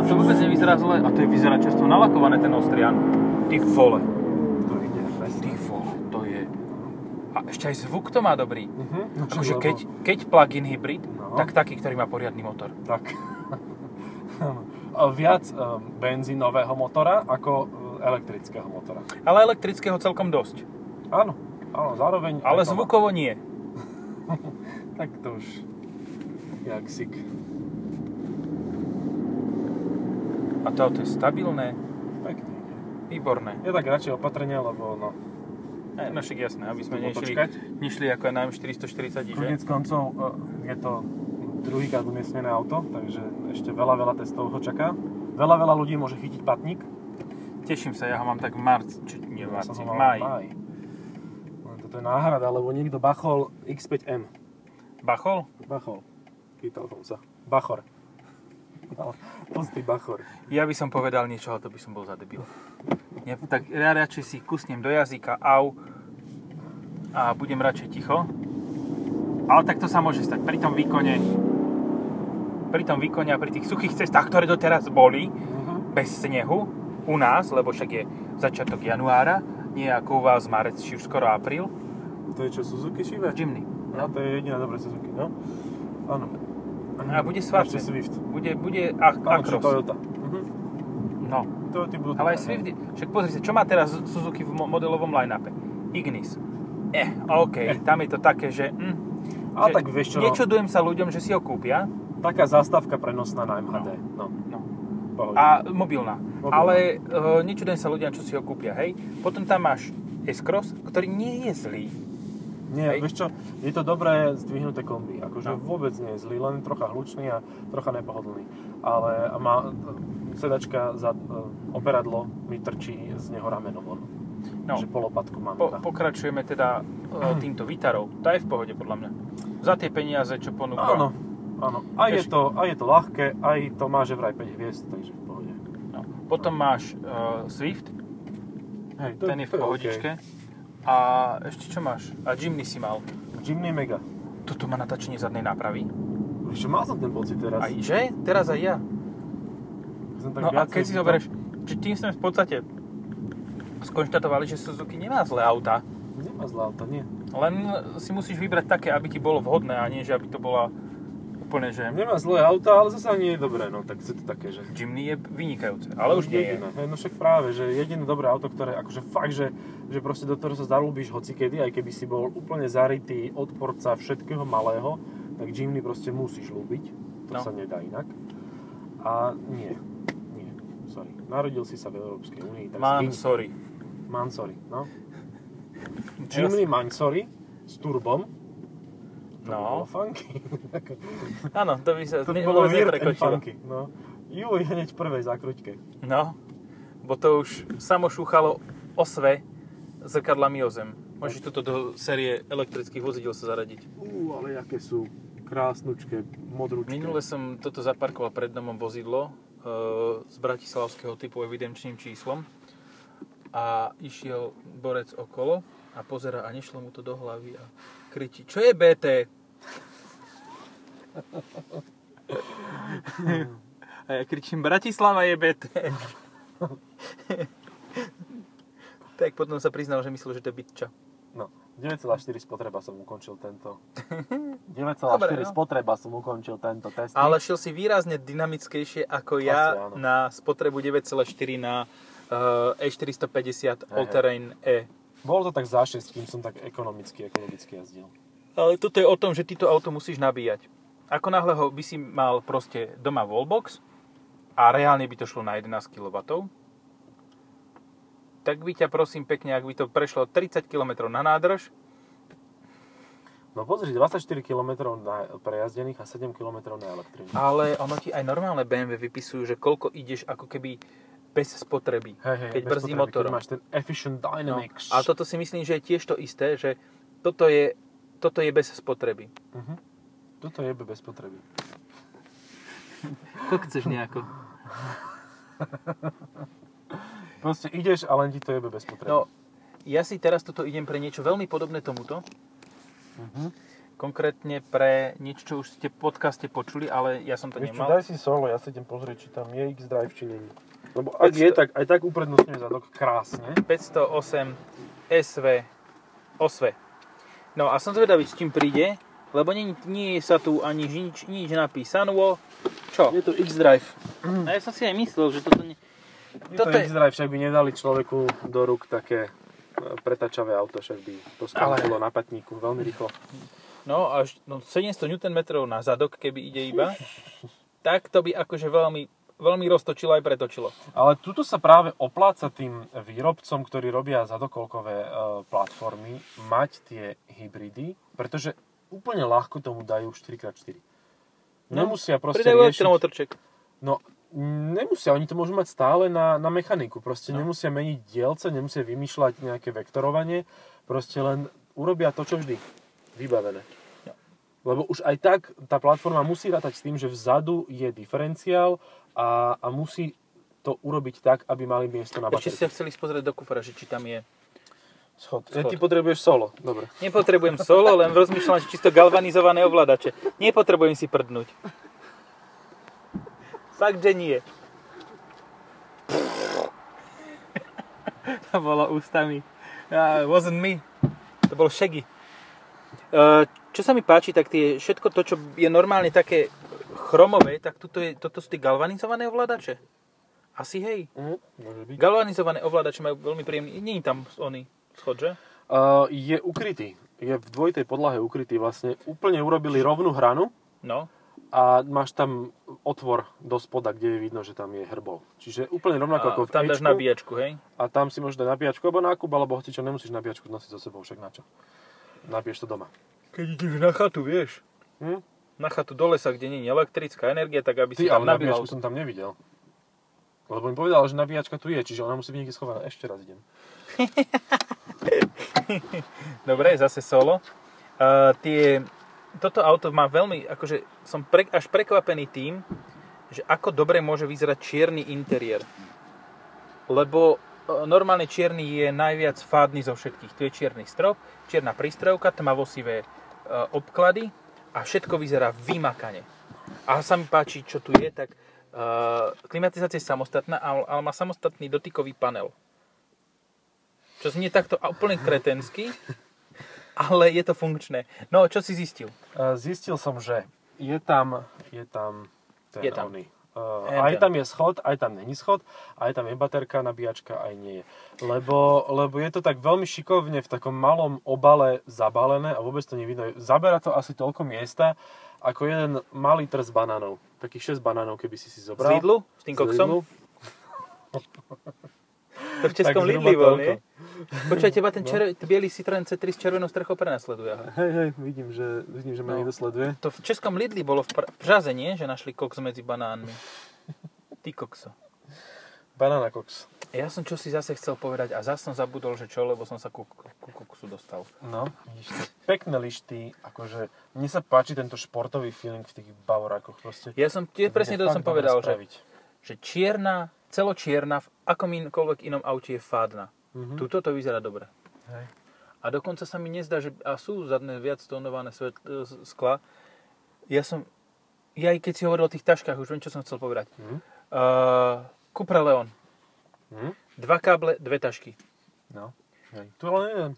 A: A to vôbec nevyzerá zle. A to je vyzerá často nalakované ten Austrian. Ty vole.
B: To ide
A: Ty
B: presne.
A: vole, to je... A ešte aj zvuk to má dobrý.
B: Mhm. No, čo,
A: Akože
B: lebo-
A: keď, keď plug-in hybrid,
B: No.
A: tak taký, ktorý má poriadny motor.
B: Tak. (laughs) Áno. A viac um, benzínového motora ako e, elektrického motora.
A: Ale elektrického celkom dosť.
B: Áno, áno, zároveň...
A: Ale
B: aj to má.
A: zvukovo nie.
B: Tak to už... Jak sik.
A: A to auto je stabilné,
B: Pekne. ide.
A: výborné.
B: Ja tak radšej opatrne, lebo no...
A: E, no však jasné, aby sme
B: Tu
A: nešli,
B: počkať.
A: nešli ako na M440, že?
B: Konec koncov e, je to druhýkrát umiestnené auto, takže ešte veľa, veľa testov ho čaká. Veľa, veľa ľudí môže chytiť patník.
A: Teším sa, ja ho mám tak v marci, či nie v
B: Ja som
A: marci,
B: ho
A: v
B: mal
A: maji.
B: máji. Len toto je náhrada, lebo niekto bachol X5M.
A: Bachol?
B: Bachol. Pýtal som sa. Bachor. No, Pustý Bachor.
A: Ja by som povedal niečo, ale to by som bol za debil. Ja, tak ja radšej si kusnem do jazyka, au, a budem radšej ticho. Ale tak to sa môže stať. Pri tom výkone, pri tom výkone a pri tých suchých cestách, ktoré doteraz boli, bez snehu u nás, lebo však je začiatok januára, nie ako u vás marec, či už skoro apríl.
B: To je čo, Suzuki šive?
A: Jimny.
B: No, to je jediná dobrá Suzuki, no. Áno.
A: A bude sváčený.
B: Ešte Swift.
A: Bude, bude ak,
B: Áno, či
A: Akros.
B: Toyota. Mhm.
A: No,
B: Toyota budú
A: ale aj
B: dobré,
A: Swift,
B: no.
A: je- však pozri sa, čo má teraz Suzuki v mo- modelovom line-upe? Ignis. Eh, OK,
B: Eh.
A: tam je to také, že... Hm,
B: Ale
A: že
B: tak vieš čo, no,
A: Nečudujem sa ľuďom, že si ho kúpia.
B: taká zastávka prenosná na MHD. No.
A: No.
B: Pohoda.
A: A mobilná.
B: Mobilná.
A: Ale e, nečudujem sa ľuďom, čo si ho kúpia, hej. Potom tam máš S-Cross, ktorý nie je zlý. Hej.
B: Nie, vieš čo, je to dobré zdvihnuté kombi, akože
A: No.
B: vôbec nie je zlý, len trocha hlučný a trocha nepohodlný. Ale má sedačka za e, operadlo mi trčí z neho rameno von.
A: No.
B: Že polopatku mám.
A: Po,
B: tam.
A: pokračujeme teda
B: Hm.
A: e, týmto Vitarou. Tá je v pohode podľa mňa. Za tie peniaze, čo ponúka.
B: Áno, áno. A je,
A: Vieš-
B: to, a je to ľahké, aj to má, že vraj 5 hviezd, takže v pohode.
A: No. Potom máš e, Swift,
B: Hej, to,
A: ten je v
B: to
A: pohodičke.
B: OK.
A: A ešte čo máš? A Jimny si mal.
B: Jimny Mega.
A: Toto má natačenie zadnej nápravy.
B: Vieš čo, mal som ten pocit teraz.
A: Aj že? Teraz aj ja.
B: Som tak
A: No a
B: viacej-
A: keď si zoberieš, či tým sme v podstate skonštatovali, že Suzuki nemá zlé auta,
B: Nemá zlé auto, nie.
A: len si musíš vybrať také, aby ti bolo vhodné a nie, že aby to bola úplne, že
B: Nemá zlé auto, ale zase ani nie je dobré, no tak je to také, že...
A: Jimny je vynikajúce, ale už nie je.
B: jediné. Hej, no však práve, že jediné dobré auto, ktoré akože fakt, že, že proste do ktorého sa zarúbíš hocikedy, aj keby si bol úplne zarytý odporca všetkého malého, tak Jimny proste musíš ľúbiť. To
A: No.
B: sa nedá inak. A nie. Nie. Sorry. Narodil si sa v Európskej únii. tak
A: Mám,
B: zhyň.
A: sorry.
B: Mám sorry. No.
A: Teraz-
B: Jimny Mansory s turbom. To by
A: No,
B: bolo funky. (laughs)
A: áno, to by sa
B: to by
A: ne-
B: bolo
A: vôbec
B: weird and
A: neprekočilo.
B: funky. No. Juj, hneď v prvej zákruťke.
A: No, bo to už samo šúchalo osve zrkadlami o zem. Môžeš toto do série elektrických vozidel sa zaradiť.
B: Ú, ale aké sú krásnučké, modrúčké.
A: Minule som toto zaparkoval pred domom vozidlo e, z bratislavského typu evidenčným číslom a išiel borec okolo a pozera a nešlo mu to do hlavy a kričí, čo je BT? a ja kričím, Bratislava je BT. tak potom sa priznal, že myslel, že to je bytča.
B: No, 9,4 spotreba som ukončil
A: (laughs)
B: tento. 9,4
A: Dobre, no.
B: spotreba som ukončil tento test.
A: Ale šiel si výrazne dynamickejšie ako ja
B: Asi áno.
A: na spotrebu 9,4 na eh, E450
B: Hej, hej.
A: All-Terrain E.
B: Bolo to tak za 6, kým som tak ekonomicky, ekologicky jazdil.
A: Ale toto je o tom, že ty to auto musíš nabíjať. Ako náhle ho by si mal proste doma wallbox a reálne by to šlo na 11 kW, tak by ťa prosím pekne, ak by to prešlo 30 km na nádrž,
B: No pozri, 24 km na prejazdených a 7 km na elektrinu.
A: ale ono ti aj normálne BMW vypisujú, že koľko ideš ako keby bez spotreby,
B: Hej, hej,
A: keď
B: bez
A: brzdí
B: spotreby,
A: motorom.
B: Keď máš ten efficient
A: No,
B: dynamics.
A: ale toto si myslím, že je tiež to isté, že toto je, toto je bez spotreby.
B: Mhm. Toto jebe bez potreby.
A: Ako chceš nejako?
B: Proste ideš a len ti to jebe bez potreby.
A: No, ja si teraz toto idem pre niečo veľmi podobné tomuto.
B: Mhm.
A: Konkrétne pre niečo, čo už ste v podcaste počuli, ale ja som to
B: Vieš čo,
A: nemal.
B: daj si solo, ja sa idem pozrieť, či tam je X-Drive, či nie. Lebo
A: ak
B: ak
A: je,
B: je, tak aj tak uprednostňuje zadok krásne.
A: 508 SV OSV. No a som zvedavý, s čím príde, lebo nie, nie je sa tu ani nič, nič napísano. Čo?
B: Je to X-Drive.
A: A ja som si aj myslel, že toto... Ne...
B: Je
A: Toto
B: to
A: je-
B: X-Drive, však by nedali človeku do rúk také e, pretačavé auto, však by to skončilo na patníku veľmi rýchlo.
A: No až no, 700 Nm na zadok, keby ide iba, tak to by akože veľmi, veľmi roztočilo aj pretočilo.
B: Ale tuto sa práve opláca tým výrobcom, ktorí robia zadokolkové e, platformy, mať tie hybridy, pretože úplne ľahko tomu dajú 4x4.
A: No,
B: Nemusia proste
A: Pridajú
B: riešiť...
A: elektromotorček.
B: No, nemusia, oni to môžu mať stále na, na mechaniku, proste
A: No.
B: no. nemusia meniť dielce, nemusia vymýšľať nejaké vektorovanie, proste len urobia to, čo vždy. Vybavené.
A: Jo.
B: Lebo už aj tak tá platforma musí rátať s tým, že vzadu je diferenciál a, a musí to urobiť tak, aby mali miesto na
A: Ešte si sa
B: baterku.
A: chceli pozrieť do kufra, že či tam je.
B: Schod. Ja,
A: schod.
B: ty potrebuješ solo. Dobre.
A: Nepotrebujem solo, len rozmýšľam, či čisto galvanizované ovládače. Nepotrebujem si prdnúť. Fakt, že nie. to bolo ústami. Uh, wasn't me. To bol Shaggy. Uh, čo sa mi páči, tak tie, všetko to, čo je normálne také chromové, tak tuto je, toto sú tie galvanizované ovládače. Asi hej.
B: Mhm, môže byť.
A: Galvanizované ovládače majú veľmi príjemný... Není tam oný schod, že?
B: Uh, je ukrytý. Je v dvojitej podlahe ukrytý vlastne. Úplne urobili rovnú hranu.
A: No.
B: a máš tam otvor do spoda, kde je vidno, že tam je hrbol. Čiže úplne rovnako ako
A: A
B: v
A: tam dáš
B: Ečku
A: nabíjačku, hej?
B: a tam si môžeš dať nabíjačku alebo nákup, alebo hoci čo nemusíš nabíjačku nosiť so sebou, však na čo. Nabiješ to doma.
A: Keď ideš na chatu, vieš?
B: Hm?
A: Na chatu do lesa, kde nie je elektrická energia, tak aby
B: Ty,
A: si
B: ale
A: tam nabíjal.
B: nabíjačku som tam nevidel. Lebo mi povedal, že nabíjačka tu je, čiže ona musí byť niekde schovaná. Ešte raz idem.
A: Dobre, zase solo. Uh, tie, toto auto má veľmi, akože som pre, až prekvapený tým, že ako dobre môže vyzerať čierny interiér. Lebo e, normálne čierny je najviac fádny zo všetkých. Tu je čierny strop, čierna prístrojka, tmavosivé e, obklady a všetko vyzerá vymakane. A sa mi páči, čo tu je, tak uh, klimatizácia je samostatná, ale, ale má samostatný dotykový panel. Čo znie takto a- úplne kretensky, ale je to funkčné. No, čo si zistil?
B: E, Zistil som, že je tam, je tam ten
A: Je tam. Eh,
B: oný. E,
A: Enter.
B: aj tam je schod, aj tam není schod, aj tam je baterka, nabíjačka, aj nie je. Lebo, lebo je to tak veľmi šikovne v takom malom obale zabalené a vôbec to nevidno. Zabera to asi toľko miesta, ako jeden malý trz banánov. Takých 6 banánov, keby si si
A: Z
B: zobral.
A: Lidlu? S tým
B: Z
A: koksom?
B: Lidlu.
A: To v Českom
B: Tak zhruba
A: Lidli bol,
B: toľko. No.
A: nie? Počkaj, teba ten červe, bielý Citroen C3 s červenou strechou prenasleduje. aha.
B: Hej, hej, vidím, že, vidím, že ma
A: No.
B: niekto sleduje.
A: To v Českom Lidli bolo v pr- Praze, nie? Že našli koks medzi banánmi. Ty kokso.
B: Banana koks.
A: Ja som čo si zase chcel povedať a zase som zabudol, že čo, lebo som sa ku, ku, ku koksu dostal.
B: No, vidíš to. Pekné lišty, akože mne sa páči tento športový feeling v tých bavorákoch proste.
A: Ja som, tie, presne to som povedal, že, že čierna, celočierna v akomkoľvek inom aute je fádna.
B: Mhm.
A: Tuto to vyzerá dobre.
B: Hej.
A: A dokonca sa mi nezdá, že a sú zadné viac tonované svet, e, s- skla. Ja som, ja aj keď si hovoril o tých taškách, už viem, čo som chcel povedať.
B: Mhm.
A: Uh, Cupra Leon. Hm?
B: Mhm.
A: Dva káble, dve tašky.
B: No. Hej. Tu ale neviem.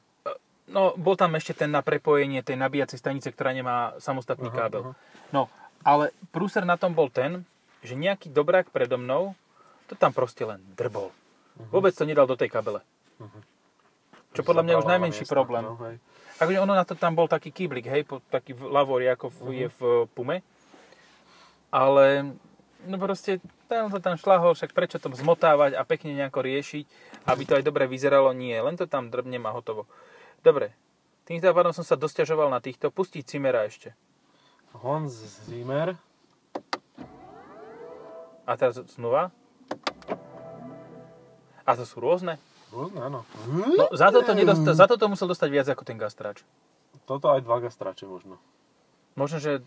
A: No, bol tam ešte ten na prepojenie tej nabíjacej stanice, ktorá nemá samostatný kábel. No, ale prúser na tom bol ten, že nejaký dobrák predo mnou to tam proste len drbol.
B: Mhm.
A: Vôbec to nedal do tej kabele. Čo podľa mňa je už
B: Zabrala
A: najmenší
B: miesta,
A: problém.
B: No, hej.
A: Takže Akože ono na to tam bol taký kýblik, hej, po, taký v- lavor, ako v, je v eh, Pume. Ale no proste tam to tam šlahol, však prečo to zmotávať a pekne nejako riešiť, aby to aj dobre vyzeralo, nie, len to tam drbnem a hotovo. Dobre, tým pádom som sa dosťažoval na týchto, pustiť Cimera ešte.
B: Honz Zimmer.
A: A teraz znova. A to sú rôzne.
B: Rôzne, áno.
A: No, za toto,
B: Mm.
A: nedosta- za toto musel dostať viac ako ten gastrač.
B: Hmm. Toto aj dva gastrače možno.
A: Možno, že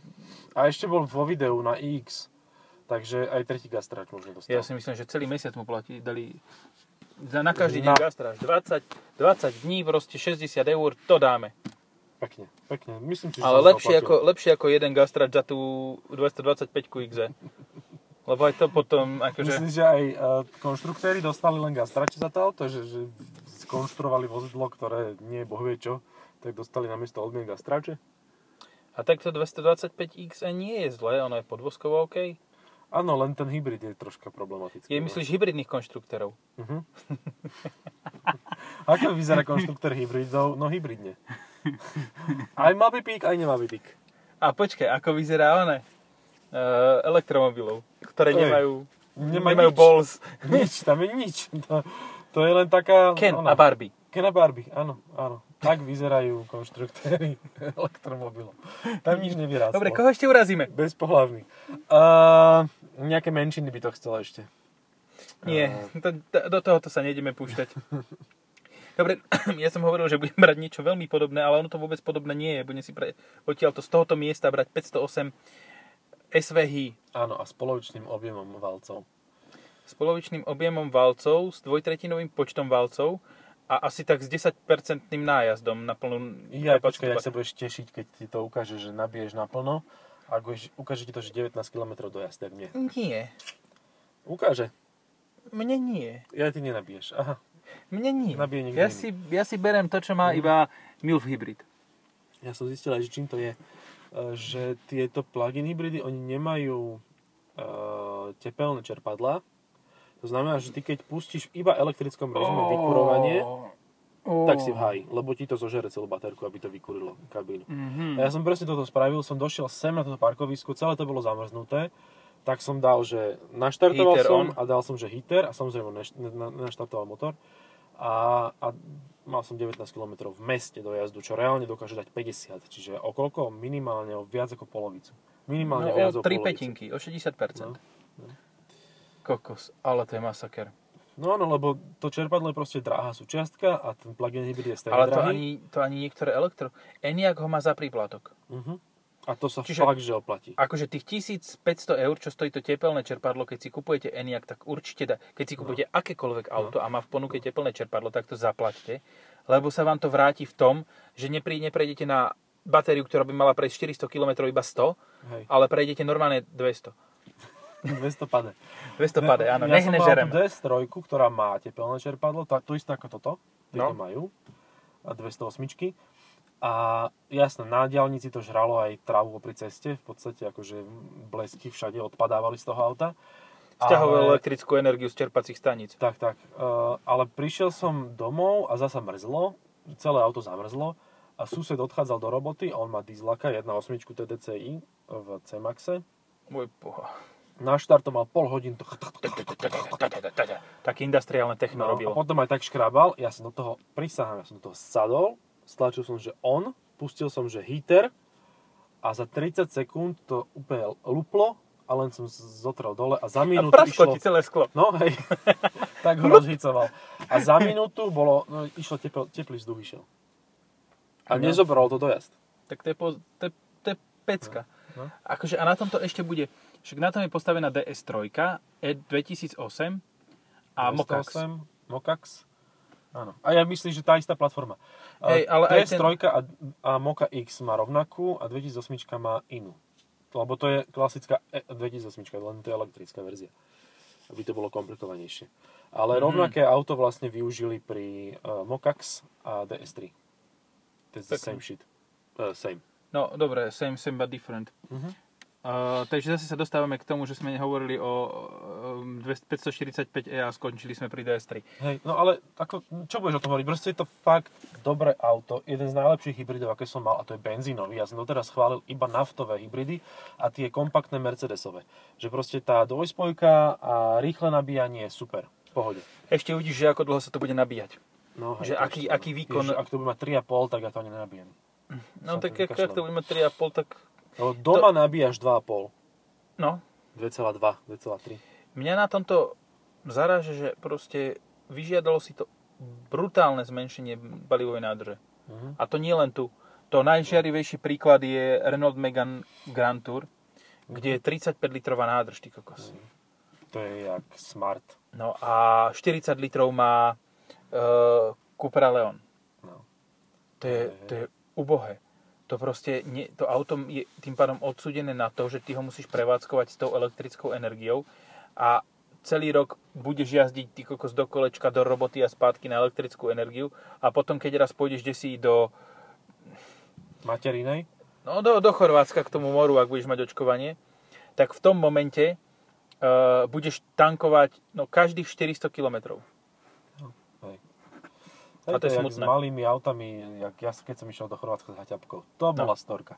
B: A ešte bol vo videu na X. Takže aj tretí gastrač možno dostal.
A: Ja si myslím, že celý mesiac mu platí, dali za- na každý deň
B: Na-
A: gastráž 20, 20 dní, proste 60 eur, to dáme.
B: Pekne, pekne. Myslím si, že
A: Ale
B: som sa
A: lepšie
B: oplatil.
A: ako, lepšie ako jeden gastráž za tú 225 XE. E. Lebo aj to potom, akože...
B: Myslím, že aj uh, konštruktéri dostali len gastrače za to auto, že, že skonštruovali vozidlo, ktoré nie je bohvie čo, tak dostali namiesto odmien gastrače.
A: A takto 225 XE E nie je zlé, ono je podvozkovo OK.
B: Áno, len ten hybrid je troška problematický.
A: Je,
B: no.
A: myslíš, hybridných konštruktorov.
B: Mhm. Ako vyzerá konštruktor hybridov? No hybridne. Aj má by pík, aj nemá by pík.
A: A počkaj, ako vyzerá one? Eh, elektromobilov, ktoré
B: Ej,
A: nemajú,
B: nemá
A: nemajú
B: nič.
A: balls.
B: Nič, tam je nič. To, to je len taká...
A: Ken a
B: ona.
A: Barbie.
B: Ken a Barbie, áno, áno. Tak vyzerajú konštruktéry (laughs) elektromobilov. Tam nič nevyrastlo.
A: Dobre, koho ešte urazíme?
B: Bez pohlavný. Uh, nejaké menšiny by to chcelo ešte.
A: Nie, to, to, do tohoto sa nejdeme
B: (laughs)
A: púšťať. Dobre, (clears throat) ja som hovoril, že budem brať niečo veľmi podobné, ale ono to vôbec podobné nie je. Budem si pre, odtiaľto z tohoto miesta brať 508 SVH
B: Áno, a s polovičným objemom valcov.
A: s polovičným objemom valcov, s dvojtretinovým počtom valcov a asi tak s 10% nájazdom na plnú
B: Ja,
A: prepačku,
B: počkaj, ak sa budeš tešiť, keď ti to ukáže, že nabiješ naplno. A ak budeš- ukáže ti to, že 19 km dojazd, tak mne.
A: Nie,
B: Ukáže.
A: mne nie.
B: Ja ty nenabiješ. Aha.
A: Mne nie.
B: Nabije niekto
A: Ja
B: iný. Mhm.
A: si, ja si berem to, čo má iba MILF hybrid.
B: Ja som zistil aj, že čím to je. E, Že tieto plug-in hybridy, oni nemajú e, tepelné čerpadlá. To znamená, že ty keď pustíš v iba elektrickom režime vykurovanie, tak si v háji, lebo ti to zožere celú baterku, aby to vykurilo kabínu.
A: Mhm.
B: A ja som presne toto spravil, som došiel sem na toto parkovisko, celé to bolo zamrznuté, tak som dal, že naštartoval
A: Heater
B: som
A: on.
B: a dal som, že heater a samozrejme neš- na- na- naštartoval motor a, a mal som 19 km v meste do jazdu, čo reálne dokáže dať 50, čiže o koľko? Minimálne o viac ako polovicu. Minimálne
A: No,
B: viac
A: o
B: o
A: 3
B: polovicu.
A: petinky, o 60%.
B: No,
A: Kokos, ale to je masaker.
B: No áno, lebo to čerpadlo je proste drahá súčiastka a ten plug-in hybrid je stejne
A: Ale to
B: drahý.
A: ani, to ani niektoré elektro... Eniak ho má za príplatok.
B: Mhm. A to sa
A: Čiže-
B: fakt, že oplatí.
A: Akože tých 1500 eur, čo stojí to tepelné čerpadlo, keď si kupujete Eniak, tak určite dá. Keď
B: No.
A: si kupujete akékoľvek auto a má v ponuke tepelné čerpadlo, tak to zaplaťte, lebo sa vám to vráti v tom, že neprí, neprejdete na batériu, ktorá by mala prejsť 400 km iba 100,
B: Hej. (laughs)
A: ale prejdete normálne 200.
B: 200 pade.
A: 200 pade, áno,
B: ja som
A: nehne
B: mal
A: žerem.
B: tú DS3, ktorá má tepelné čerpadlo, tá, to isté ako toto,
A: No.
B: tieto majú, a 208. A jasné, na diálnici to žralo aj trávu pri ceste, v podstate akože blesky všade odpadávali z toho auta.
A: Sťahovalo
B: Ale-
A: elektrickú energiu z čerpacích staníc.
B: Tak, tak. Uh, ale prišiel som domov a zasa mrzlo. Celé auto zamrzlo. A sused odchádzal do roboty a on má dieslaka 1.8 TDCi v C-Maxe.
A: Môj boha.
B: Na štart to mal pol hodín. To...
A: Tak industriálne techno
B: No, a
A: robilo.
B: potom aj tak škrabal. Ja som do toho, prisahám, ja som do toho sadol. Stlačil som, že on. Pustil som, že heater. A za 30 sekúnd to úplne luplo a len som zotrel dole a za
A: A
B: minútu
A: prasklo
B: išlo...
A: ti celé sklo.
B: No hej, (laughs) tak ho rozhicoval. A za minútu bolo, no, išlo tepl, teplý vzduch išiel. A
A: No.
B: nezobral to dojazd.
A: Tak to je, po, to je, to je pecka.
B: No, no.
A: Akože, a na tomto ešte bude, však na tom je postavená DS3, E2008 E- a Mokax.
B: 208, Mokax. Áno. A ja myslím, že tá istá platforma.
A: Hej,
B: Eh,
A: ale aj
B: ts a, a Moka X má rovnakú a 2008 má inú. Lebo to je klasická e- 2008, len to je elektrická verzia. Aby to bolo komplikovanejšie.
A: Mhm.
B: Ale rovnaké auto vlastne využili pri uh, Mokax a DS3. That's the
A: Tak.
B: same shit. Uh, same.
A: No, dobre, same, same, but different.
B: Mhm.
A: Uh, takže zase sa dostávame k tomu, že sme hovorili o um, 545e a skončili sme pri DS3.
B: Hej, no ale ako, čo budeš o tom hovoriť? Proste je to fakt dobré auto, jeden z najlepších hybridov, aké som mal, a to je benzínový. Ja som doteraz chválil iba naftové hybridy a tie kompaktné Mercedesové. Že proste tá dvojspojka a rýchle nabíjanie je super. V pohode.
A: Ešte uvidíš, že ako dlho sa to bude nabíjať.
B: No,
A: Že
B: to je
A: aký-
B: super.
A: aký výkon-
B: Ježiš, ak to bude mať 3,5, tak ja to ani nenabijem.
A: No
B: Sa
A: tak
B: to
A: ak, ak to budeme 3,5, tak...
B: Lebo doma nabíjaš 2,5.
A: No,
B: 2,2, 2,3.
A: Mňa na tomto zaráže, že proste vyžiadalo si to brutálne zmenšenie balivovej nádrže.
B: Mhm.
A: A to nie len tu. To najžiarivejší príklad je Renault Megane Grand Tour, kde je 35 litrová nádrž, ty kokos.
B: To je jak smart.
A: No a 40 litrov má e, Cupra Leon.
B: No.
A: To je, to je ubohé. To proste, nie, to auto je tým pádom odsudené na to, že ty ho musíš prevádzkovať s tou elektrickou energiou a celý rok budeš jazdiť ty kokos do kolečka, do roboty a spátky na elektrickú energiu a potom, keď raz pôjdeš desi do,
B: Materinej?
A: no, do, do Chorvátska k tomu moru, ak budeš mať očkovanie, tak v tom momente uh, budeš tankovať no, každých 400 km.
B: Hej.
A: A to je
B: jak
A: smutné.
B: S malými autami, jak ja keď som išiel do Chorvátska s haťapkou, to
A: No.
B: bola storka.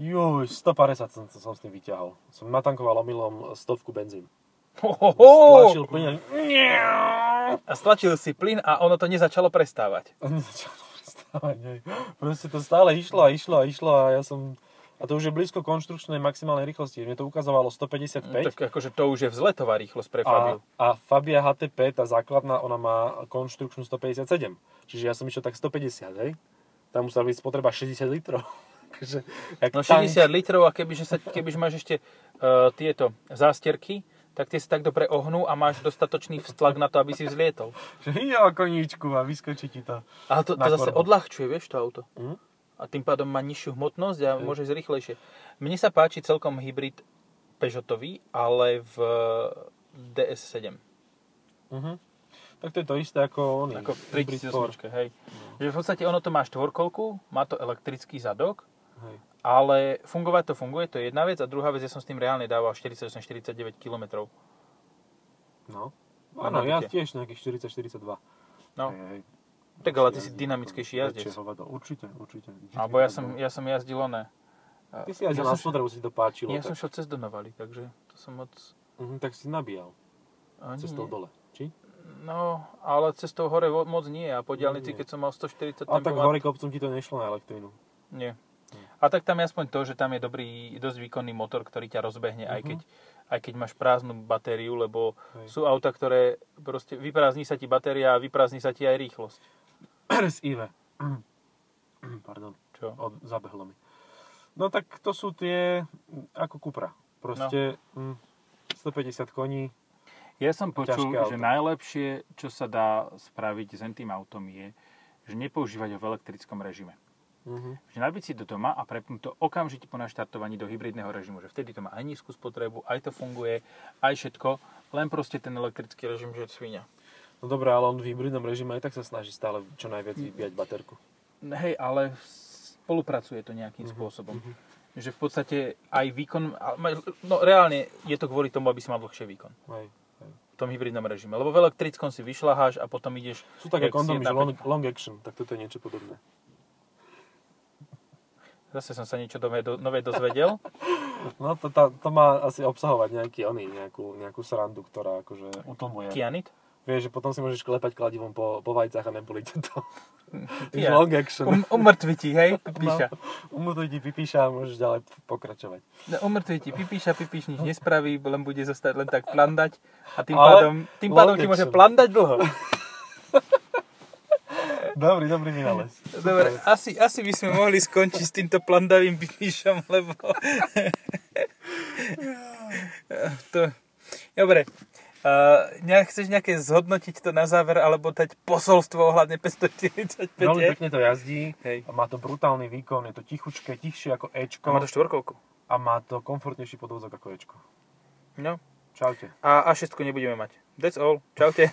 B: Juj, 150 som, som s tým vyťahol. Som natankoval omylom stovku benzín. Stlačil plyn (laughs) a-
A: A stlačil si plyn a ono to nezačalo prestávať.
B: a nezačalo prestávať, hej. Proste to stále išlo a išlo a išlo a ja som... A to už je blízko konštrukčnej maximálnej rýchlosti. Mne to ukazovalo 155.
A: Mm, Tak akože to už je vzletová rýchlosť pre
B: A,
A: Fabiu.
B: a Fabia HTP, tá základná, ona má konštrukčnú 157. Čiže ja som išiel tak 150, hej? Tam musela byť spotreba 60 litrov. (laughs) Takže, jak
A: No
B: tank.
A: 60 litrov a kebyže, sa, kebyže máš ešte uh, tieto zástierky, tak tie sa tak dobre ohnú a máš dostatočný vztlak na to, aby si vzlietol.
B: Že jo, koníčku a vyskočí ti to.
A: A to, to
B: Na
A: zase
B: korbu.
A: odľahčuje, vieš, to auto.
B: Mhm.
A: A tým pádom má nižšiu hmotnosť a môže ísť rýchlejšie. Mne sa páči celkom hybrid Peugeotový, ale v e, DS7.
B: Mhm. Tak to je to isté ako oný.
A: Ako v
B: Hybrid Ford.
A: 38, hej. Že v podstate ono to má štvorkolku, má to elektrický zadok,
B: Hej.
A: Ale fungovať to funguje, to je jedna vec. A druhá vec, ja som s tým reálne dával 48-49 km.
B: No.
A: Na
B: Áno, ja
A: nabite.
B: tiež nejakých 40-42.
A: No,
B: Hej, hej.
A: tak ale ty
B: Ja
A: si
B: jazdím
A: dynamickejší
B: to
A: jazdec.
B: väčšie hovedo. Určite, určite.
A: Alebo ja som, ja som jazdil oné.
B: Ty si jazdil
A: ja
B: na
A: som-
B: spotrebu, si to páčilo.
A: Ja
B: tak.
A: som šiel cez Donavaly, takže to som moc...
B: Mhm, tak si nabíjal
A: Ani
B: cestou
A: No nie.
B: dole. Či?
A: No, ale cestou hore vo- moc nie. A po diálnici,
B: nie.
A: keď som mal 140
B: A tak
A: tempomat,
B: hore kopcom ti to nešlo na (clears throat) elektrínu.
A: Nie. A tak tam je aspoň to, že tam je dobrý, dosť výkonný motor, ktorý ťa rozbehne, aj,
B: Mhm.
A: keď, aj keď máš prázdnu batériu, lebo
B: Hej.
A: sú auta, ktoré proste vyprázdni sa ti batéria a vyprázdni sa ti aj rýchlosť.
B: RSIV. (clears throat) Pardon,
A: Čo?
B: od, zabehlo mi. No tak to sú tie mm, ako Cupra. Proste mm, 150 koní.
A: Ja som počul,
B: Ťažké
A: že
B: auto.
A: najlepšie, čo sa dá spraviť s tým autom je, že nepoužívať ho v elektrickom režime.
B: Uh-huh.
A: Že nabiť si do doma a prepnúť to okamžite po naštartovaní do hybridného režimu. Že vtedy to má aj nízku spotrebu, aj to funguje, aj všetko. Len proste ten elektrický režim, že svinia.
B: No dobré, ale on v hybridnom režime aj tak sa snaží stále čo najviac vypíjať baterku.
A: Hej, ale spolupracuje to nejakým spôsobom. Že v podstate aj výkon, a- ma- no reálne je to kvôli tomu, aby si mal dlhšie výkon
B: Hej.
A: v tom hybridnom režime. Lebo v elektrickom si vyšľaháš a potom ideš...
B: Sú
A: jak
B: také
A: si
B: kondomy,
A: jedna
B: že long, long action, tak toto je niečo podobné.
A: Zase som sa niečo nové, do, nové (laughs) dozvedel.
B: No to, tá, to má asi obsahovať nejaký oný, nejakú, nejakú srandu, ktorá akože utlmuje.
A: Kianit?
B: Vieš, že potom si môžeš klepať kladivom po, po vajcach a neboli to.
A: Ja.
B: Yeah. long action.
A: Um, umrtví ti, (laughs) hej? Píša.
B: No. Umrtví ti vypíša a môžeš ďalej pokračovať.
A: No, umrtví ti, pipíša, pipíš nič nespraví, len bude zostať len tak plandať a tým
B: Ale
A: pádom, tým pádom ti
B: Longexon.
A: môže plandať dlho.
B: (laughs) Dobrý, dobrý vynález.
A: Dobre, asi, asi by sme mohli skončiť s týmto plandavým pipíšom, lebo... (laughs) to... Dobre, Uh, nejak, chceš nejaké zhodnotiť to na záver alebo dať posolstvo ohľadne 545?
B: Veľmi pekne to jazdí,
A: Hej.
B: a má to brutálny výkon, je to tichučké, tichšie ako Ečko
A: A má to štvorkovku.
B: a má to komfortnejší podvozok ako Ečko.
A: No.
B: Čaute.
A: A A6 nebudeme mať. That's all. Čaute.